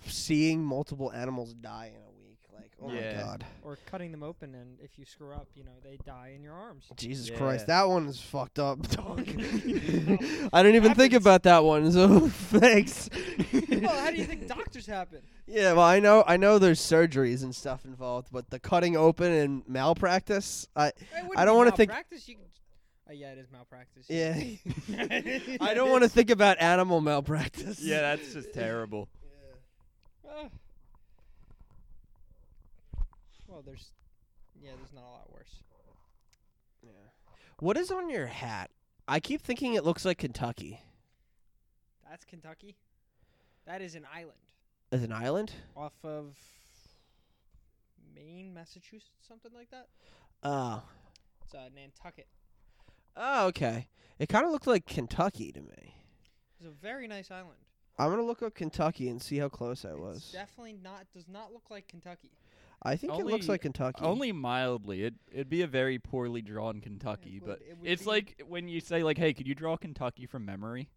[SPEAKER 1] seeing multiple animals die in a week. Like oh my
[SPEAKER 2] Yeah.
[SPEAKER 1] god,
[SPEAKER 3] Or cutting them open, and if you screw up, you know they die in your
[SPEAKER 1] (laughs)
[SPEAKER 3] arms.
[SPEAKER 1] Jesus
[SPEAKER 2] Yeah.
[SPEAKER 1] Christ, that one is fucked up, (laughs)
[SPEAKER 2] (laughs)
[SPEAKER 1] dog. I didn't even think
[SPEAKER 3] Happens.
[SPEAKER 1] about that one. So (laughs) thanks.
[SPEAKER 3] well, Oh, how do you think doctors happen?
[SPEAKER 1] (laughs) Yeah, well, I know, I know, there's surgeries and stuff involved, but the cutting open and malpractice, I, (laughs) I don't
[SPEAKER 3] want to
[SPEAKER 1] think.
[SPEAKER 3] Malpractice? You. Can... Oh yeah, it is malpractice.
[SPEAKER 1] Yeah,
[SPEAKER 2] (laughs)
[SPEAKER 3] (laughs) Yeah.
[SPEAKER 1] I don't want (laughs) to think about animal malpractice.
[SPEAKER 2] Yeah, that's just terrible.
[SPEAKER 3] Ah. Well, there's. Yeah, there's not a lot worse.
[SPEAKER 1] What is on your hat? I keep thinking it looks like Kentucky.
[SPEAKER 3] That's Kentucky. That is an island
[SPEAKER 1] Is it an island?
[SPEAKER 3] off of Maine, Massachusetts, something like that.
[SPEAKER 1] Oh.
[SPEAKER 3] It's uh, Nantucket.
[SPEAKER 1] Oh, okay. It kind of looked like Kentucky to me.
[SPEAKER 3] It's a very nice island.
[SPEAKER 1] I'm gonna look up Kentucky and see how close I was.
[SPEAKER 3] It's definitely not. Does not look like Kentucky.
[SPEAKER 1] I think it looks
[SPEAKER 2] only-
[SPEAKER 1] like Kentucky.
[SPEAKER 2] Only mildly. It it'd be a very poorly drawn Kentucky,
[SPEAKER 3] would-
[SPEAKER 2] but
[SPEAKER 3] it would
[SPEAKER 2] it's
[SPEAKER 3] be-
[SPEAKER 2] like when you say like, "Hey, could you draw Kentucky from memory?"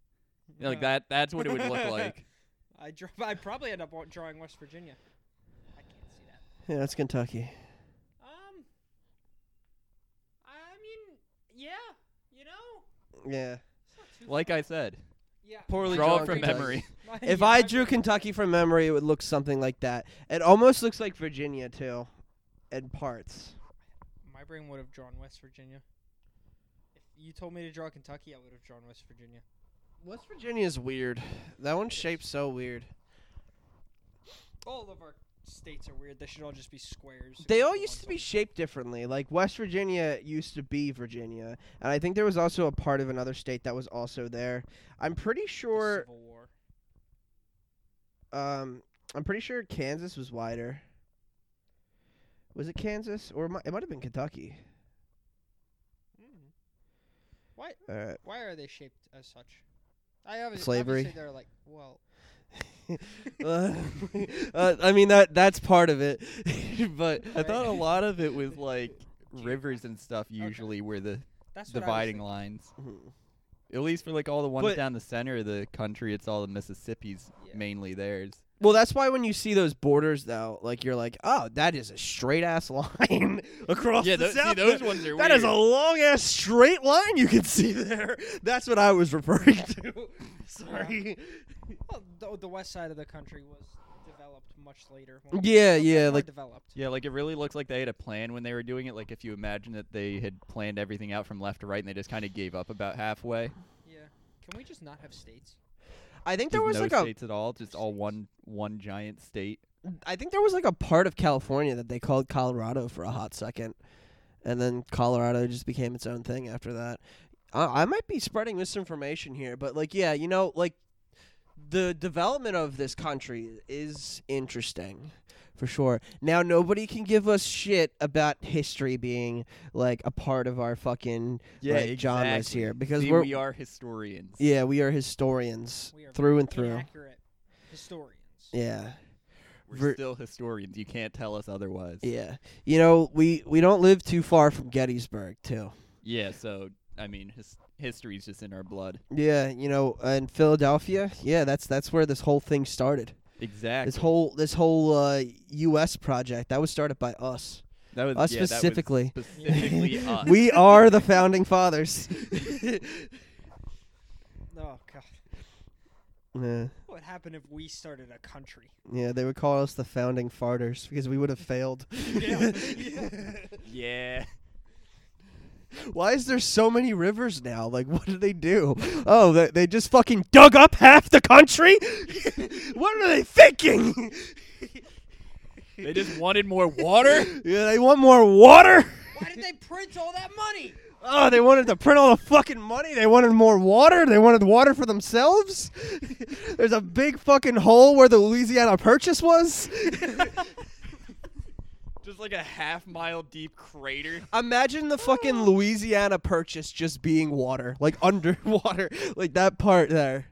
[SPEAKER 2] You know, Like
[SPEAKER 3] No.
[SPEAKER 2] that. That's what it would
[SPEAKER 3] (laughs)
[SPEAKER 2] look like.
[SPEAKER 3] Uh, I draw. I probably end up wa- drawing West Virginia. I can't see that.
[SPEAKER 1] yeah, that's Kentucky.
[SPEAKER 3] Um. I mean, yeah. You know.
[SPEAKER 1] Yeah.
[SPEAKER 3] It's not too
[SPEAKER 2] Like
[SPEAKER 3] far.
[SPEAKER 2] I said,
[SPEAKER 3] Yeah.
[SPEAKER 1] Poorly
[SPEAKER 2] draw
[SPEAKER 1] drawn
[SPEAKER 2] it from
[SPEAKER 1] Kentucky. (laughs)
[SPEAKER 2] memory.
[SPEAKER 3] My-
[SPEAKER 1] If
[SPEAKER 3] yeah,
[SPEAKER 1] I
[SPEAKER 3] my
[SPEAKER 1] drew
[SPEAKER 3] brain-
[SPEAKER 1] Kentucky from memory, it would look something like that. It almost looks like Virginia too, in parts.
[SPEAKER 3] my brain would have drawn West Virginia. If you told me to draw Kentucky, I would have drawn West Virginia.
[SPEAKER 1] West Virginia is weird. That one's shaped so weird.
[SPEAKER 3] All of our states are weird. They should all just be squares.
[SPEAKER 1] They
[SPEAKER 3] except
[SPEAKER 1] all
[SPEAKER 3] for
[SPEAKER 1] used
[SPEAKER 3] one
[SPEAKER 1] to be
[SPEAKER 3] side.
[SPEAKER 1] shaped differently. Like West Virginia used to be Virginia, and I think there was also a part of another state that was also there. I'm pretty
[SPEAKER 3] The
[SPEAKER 1] sure.
[SPEAKER 3] Civil War.
[SPEAKER 1] Um, I'm pretty sure Kansas was wider. Was it Kansas or it might, it might have been Kentucky?
[SPEAKER 2] Hmm.
[SPEAKER 3] Mhm.
[SPEAKER 1] All right. (laughs)
[SPEAKER 3] Why are they shaped as such? I obviously,
[SPEAKER 1] Slavery.
[SPEAKER 3] Obviously they're like,
[SPEAKER 1] (laughs)
[SPEAKER 3] well,
[SPEAKER 1] uh, I mean that that's part of it, (laughs) but
[SPEAKER 2] I thought a
[SPEAKER 3] Right.
[SPEAKER 2] lot of it was like
[SPEAKER 3] (laughs)
[SPEAKER 2] rivers and stuff. Usually, were the
[SPEAKER 3] that's what I was
[SPEAKER 2] dividing
[SPEAKER 3] thinking.
[SPEAKER 2] lines. At least for like all the ones
[SPEAKER 1] But-
[SPEAKER 2] down the center of the country, it's all the Mississippi's
[SPEAKER 3] Yeah.
[SPEAKER 2] mainly theirs.
[SPEAKER 1] (laughs) well, that's why when you see those borders though, like you're like, oh, that is a straight ass (laughs) line across
[SPEAKER 2] Yeah,
[SPEAKER 1] the
[SPEAKER 2] tho- see,
[SPEAKER 1] South
[SPEAKER 2] those
[SPEAKER 1] there.
[SPEAKER 2] ones are
[SPEAKER 1] That is a
[SPEAKER 2] weird."
[SPEAKER 1] long ass straight line you can see there. (laughs) That's what I was referring
[SPEAKER 3] (laughs)
[SPEAKER 1] to. (laughs) Sorry.
[SPEAKER 3] Well, the, the west side of the country was developed much later. when we
[SPEAKER 1] Yeah,
[SPEAKER 3] were
[SPEAKER 1] yeah,
[SPEAKER 3] more
[SPEAKER 1] like-
[SPEAKER 3] developed.
[SPEAKER 2] Yeah, like it really looks like they had a plan when they were doing it. Like if you imagine that they had planned everything out from left to right and they just kind of gave up about halfway.
[SPEAKER 3] Yeah. Can we just not have states?
[SPEAKER 1] I think there
[SPEAKER 2] Just
[SPEAKER 1] was
[SPEAKER 2] no
[SPEAKER 1] like a
[SPEAKER 2] states at all, just all one one giant state.
[SPEAKER 1] I think there was like a part of California that they called Colorado for a hot second, and then Colorado just became its own thing after that. I, I might be spreading misinformation here, but like, yeah, you know, like the development of this country is interesting for sure. Now nobody can give us shit about history being like a part of our fucking like, genres here because
[SPEAKER 2] See,
[SPEAKER 1] we're
[SPEAKER 2] we are historians.
[SPEAKER 1] yeah we are historians
[SPEAKER 3] We are
[SPEAKER 1] through and through.
[SPEAKER 3] Accurate historians.
[SPEAKER 1] Yeah.
[SPEAKER 2] We're
[SPEAKER 1] ver-
[SPEAKER 2] still historians. You can't tell us otherwise.
[SPEAKER 1] Yeah. You know, we we don't live too far from Gettysburg, too.
[SPEAKER 2] Yeah, so I mean, his, history's just in our blood.
[SPEAKER 1] Yeah, you know, uh, in Philadelphia, yeah, that's that's where this whole thing started.
[SPEAKER 2] Exactly.
[SPEAKER 1] This whole this whole uh, U.S. project that was started by us.
[SPEAKER 2] that was,
[SPEAKER 1] us
[SPEAKER 2] yeah, that was
[SPEAKER 1] specifically. (laughs)
[SPEAKER 2] specifically us.
[SPEAKER 1] we are the founding fathers. (laughs)
[SPEAKER 3] Oh god, (laughs)
[SPEAKER 1] yeah,
[SPEAKER 3] what would happen if we started a
[SPEAKER 1] (laughs)
[SPEAKER 3] country?
[SPEAKER 1] yeah, they would call us the founding farters because we would have failed. (laughs)
[SPEAKER 2] yeah. (laughs)
[SPEAKER 1] Why is there so many rivers now? Like, (laughs) what do they do? Oh, they, they just fucking dug up half the country? (laughs) what are they thinking? (laughs)
[SPEAKER 2] They just wanted more water.
[SPEAKER 1] (laughs) yeah, they want more water?
[SPEAKER 3] (laughs) Why did they print all that
[SPEAKER 1] (laughs)
[SPEAKER 3] money?
[SPEAKER 1] Oh, they wanted to print all the fucking money. They wanted more water. They wanted water for themselves. (laughs) There's a big fucking hole where the Louisiana Purchase was.
[SPEAKER 2] just like a half mile deep crater.
[SPEAKER 1] Imagine the fucking Louisiana Purchase just being water, like (laughs) underwater, like that part there.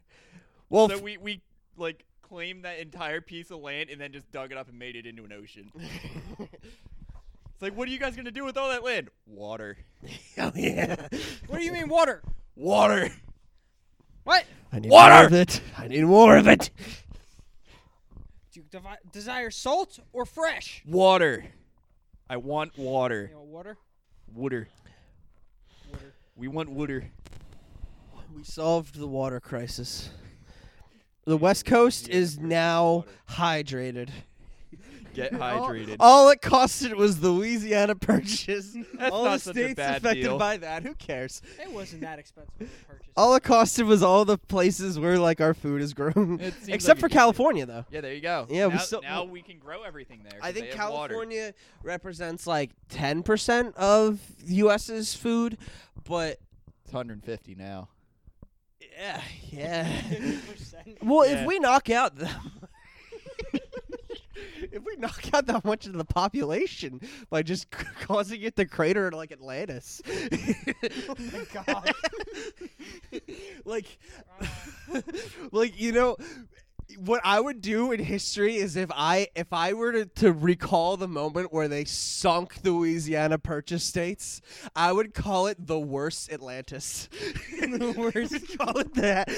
[SPEAKER 1] Well,
[SPEAKER 2] So we we like claimed that entire piece of land and then just dug it up and made it into an (laughs) ocean. it's like, what are you guys gonna do with all that land? Water.
[SPEAKER 1] (laughs) oh, yeah.
[SPEAKER 3] What do you mean water?
[SPEAKER 2] Water.
[SPEAKER 3] What?
[SPEAKER 1] I need
[SPEAKER 2] Water!
[SPEAKER 1] more of it. I need more of it.
[SPEAKER 3] Do you devi- desire salt or fresh?
[SPEAKER 2] Water. I want
[SPEAKER 3] You
[SPEAKER 2] water.
[SPEAKER 3] know, water.
[SPEAKER 2] Water.
[SPEAKER 3] Water.
[SPEAKER 2] We want water.
[SPEAKER 1] We solved the water crisis. The West Coast is now hydrated.
[SPEAKER 2] Get hydrated.
[SPEAKER 1] All it costed was the Louisiana Purchase.
[SPEAKER 2] (laughs) That's
[SPEAKER 1] all the
[SPEAKER 2] not such a
[SPEAKER 1] states
[SPEAKER 2] bad
[SPEAKER 1] affected
[SPEAKER 2] deal.
[SPEAKER 1] by that. Who cares?
[SPEAKER 3] It wasn't that expensive to purchase. (laughs)
[SPEAKER 1] All it costed was all the places where like our food is grown,
[SPEAKER 2] It seems
[SPEAKER 1] except
[SPEAKER 2] like
[SPEAKER 1] for
[SPEAKER 2] a good deal.
[SPEAKER 1] California though.
[SPEAKER 2] Yeah, there you go.
[SPEAKER 1] Yeah, we
[SPEAKER 2] now,
[SPEAKER 1] still-
[SPEAKER 2] now we can grow everything there. 'cause
[SPEAKER 1] I think
[SPEAKER 2] they have water.
[SPEAKER 1] California represents like ten percent of U.S.'s food, but
[SPEAKER 2] It's 150 (laughs) now.
[SPEAKER 1] yeah, yeah.
[SPEAKER 2] (laughs)
[SPEAKER 3] 50%.
[SPEAKER 1] (laughs) Well,
[SPEAKER 2] Yeah.
[SPEAKER 1] if we knock out the (laughs) if we knock out that much of the population by just (laughs) c- causing it to crater like Atlantis,
[SPEAKER 3] (laughs) oh my god.
[SPEAKER 1] (laughs) like, (laughs) like you know. What I would do in history is if I if I were to, to recall the moment where they sunk the Louisiana Purchase states, I would call it the worst Atlantis. (laughs) the (laughs) worst. call it that.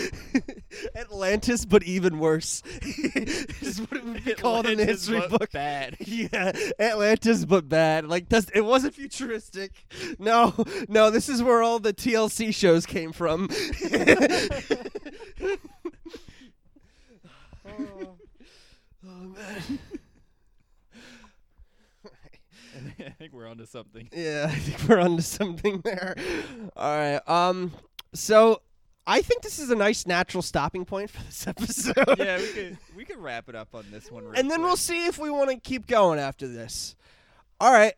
[SPEAKER 1] Atlantis, but even worse. (laughs) is what it would
[SPEAKER 2] (laughs)
[SPEAKER 1] be called in the
[SPEAKER 2] Atlantis
[SPEAKER 1] history
[SPEAKER 2] looked
[SPEAKER 1] book.
[SPEAKER 2] Bad.
[SPEAKER 1] Yeah, Atlantis, but bad. Like, does it wasn't futuristic. No, no, this is where all the TLC shows came from. (laughs)
[SPEAKER 3] Oh.
[SPEAKER 1] oh man.
[SPEAKER 2] (laughs) I think we're onto something.
[SPEAKER 1] Yeah, (laughs) I think we're onto something there. All right. Um. So, I think this is a nice natural stopping point for this (laughs) episode.
[SPEAKER 2] yeah, we could we could wrap it up on this
[SPEAKER 1] (laughs)
[SPEAKER 2] one. Real
[SPEAKER 1] and then
[SPEAKER 2] quick.
[SPEAKER 1] we'll see if we want to keep going after this. All right.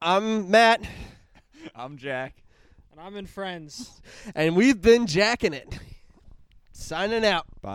[SPEAKER 1] I'm Matt,
[SPEAKER 2] I'm Jack.
[SPEAKER 3] And I'm in friends.
[SPEAKER 1] and we've been jacking it. (laughs) Signing out.
[SPEAKER 2] Bye.